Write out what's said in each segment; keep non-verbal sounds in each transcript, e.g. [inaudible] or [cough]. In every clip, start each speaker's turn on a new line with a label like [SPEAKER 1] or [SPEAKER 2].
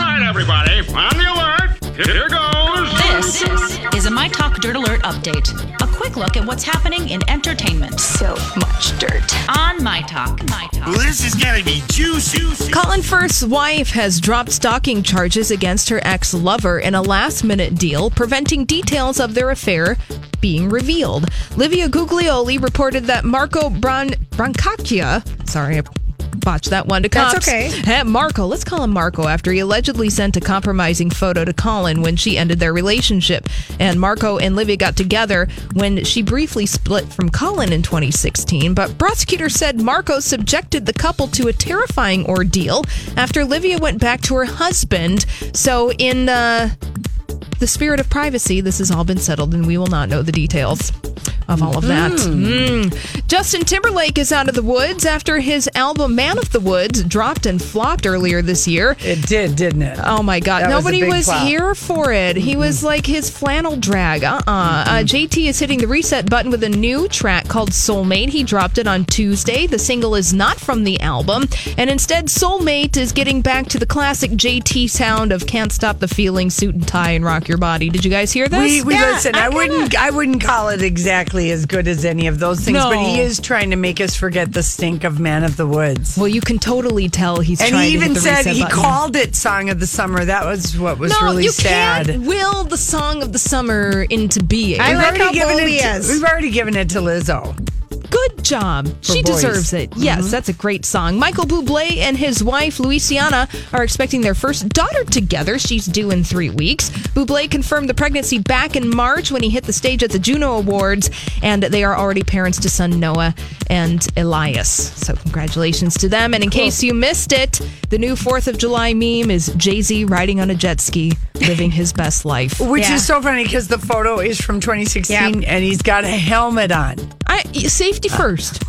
[SPEAKER 1] everybody, on the alert. Here goes.
[SPEAKER 2] This is a My Talk Dirt Alert update. A quick look at what's happening in entertainment
[SPEAKER 3] So much dirt.
[SPEAKER 2] on My Talk. My Talk.
[SPEAKER 4] This is gonna be juicy.
[SPEAKER 5] Colin Firth's wife has dropped stalking charges against her ex lover in a last minute deal, preventing details of their affair being revealed. Livia Guglioli reported that Marco Bron- Brancaccia, sorry, I botched that one to
[SPEAKER 3] That's
[SPEAKER 5] cops.
[SPEAKER 3] okay.
[SPEAKER 5] Eh, Marco, let's call him Marco, after he allegedly sent a compromising photo to Colin when she ended their relationship. And Marco and Livia got together when she briefly split from Colin in 2016. But prosecutors said Marco subjected the couple to a terrifying ordeal after Livia went back to her husband. So, in uh, the spirit of privacy, this has all been settled, and we will not know the details of all of that. Mm. Justin Timberlake is out of the woods after his album Man of the Woods dropped and flopped earlier this year.
[SPEAKER 6] It did, didn't it?
[SPEAKER 5] Oh my God.
[SPEAKER 6] That was a
[SPEAKER 5] Nobody
[SPEAKER 6] big
[SPEAKER 5] was,
[SPEAKER 6] flop. Mm-hmm.
[SPEAKER 5] here for it. He was like his flannel drag. Uh uh Uh, JT is hitting the reset button with a new track called Soulmate. He dropped it on Tuesday. The single is not from the album. And instead, Soulmate is getting back to the classic JT sound of Can't Stop the Feeling, Suit and Tie, and Rock Your Body. Did you guys hear this?
[SPEAKER 6] We, we
[SPEAKER 5] Yeah,
[SPEAKER 6] listen. I, wouldn't. I wouldn't call it exactly as good as any of those things. But
[SPEAKER 5] No.
[SPEAKER 6] he is trying to make us forget the stink of Man of the Woods.
[SPEAKER 5] Well, you can totally tell he's
[SPEAKER 6] And
[SPEAKER 5] trying
[SPEAKER 6] he even
[SPEAKER 5] to hit the
[SPEAKER 6] said
[SPEAKER 5] reset
[SPEAKER 6] he
[SPEAKER 5] button.
[SPEAKER 6] called it "Song of the Summer." That was what was
[SPEAKER 5] No,
[SPEAKER 6] really
[SPEAKER 5] you
[SPEAKER 6] sad.
[SPEAKER 5] can't will the song of the summer into being.
[SPEAKER 3] I
[SPEAKER 6] We've
[SPEAKER 3] like
[SPEAKER 6] already
[SPEAKER 3] how
[SPEAKER 6] given
[SPEAKER 3] bold he
[SPEAKER 6] it to-
[SPEAKER 3] is.
[SPEAKER 6] We've already given it to Lizzo.
[SPEAKER 5] Good job. she
[SPEAKER 6] boys.
[SPEAKER 5] deserves it. Yes, that's a great song. Michael Bublé and his wife Luciana are expecting their first daughter together. She's due in three weeks. Bublé confirmed the pregnancy back in March when he hit the stage at the Juno Awards, and they are already parents to son Noah and Elias. So congratulations to them. And in case you missed it, the new Fourth of July meme is Jay Z riding on a jet ski, living his best life.
[SPEAKER 6] Which
[SPEAKER 3] Yeah.
[SPEAKER 6] is so funny because the photo is from 2016 and he's got a helmet on.
[SPEAKER 5] I, safety first.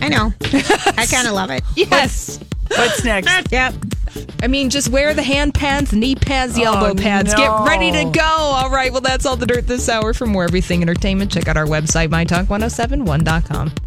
[SPEAKER 3] I know. I kind of love it.
[SPEAKER 5] Yes. [laughs]
[SPEAKER 6] What's next?
[SPEAKER 3] [laughs] Yep.
[SPEAKER 5] I mean, just wear the hand pads, knee pads, the elbow pads.
[SPEAKER 6] no.
[SPEAKER 5] Get ready to go. All oh right. Well, that's all the dirt this hour. For more everything entertainment, check out our website, mytalk1071.com.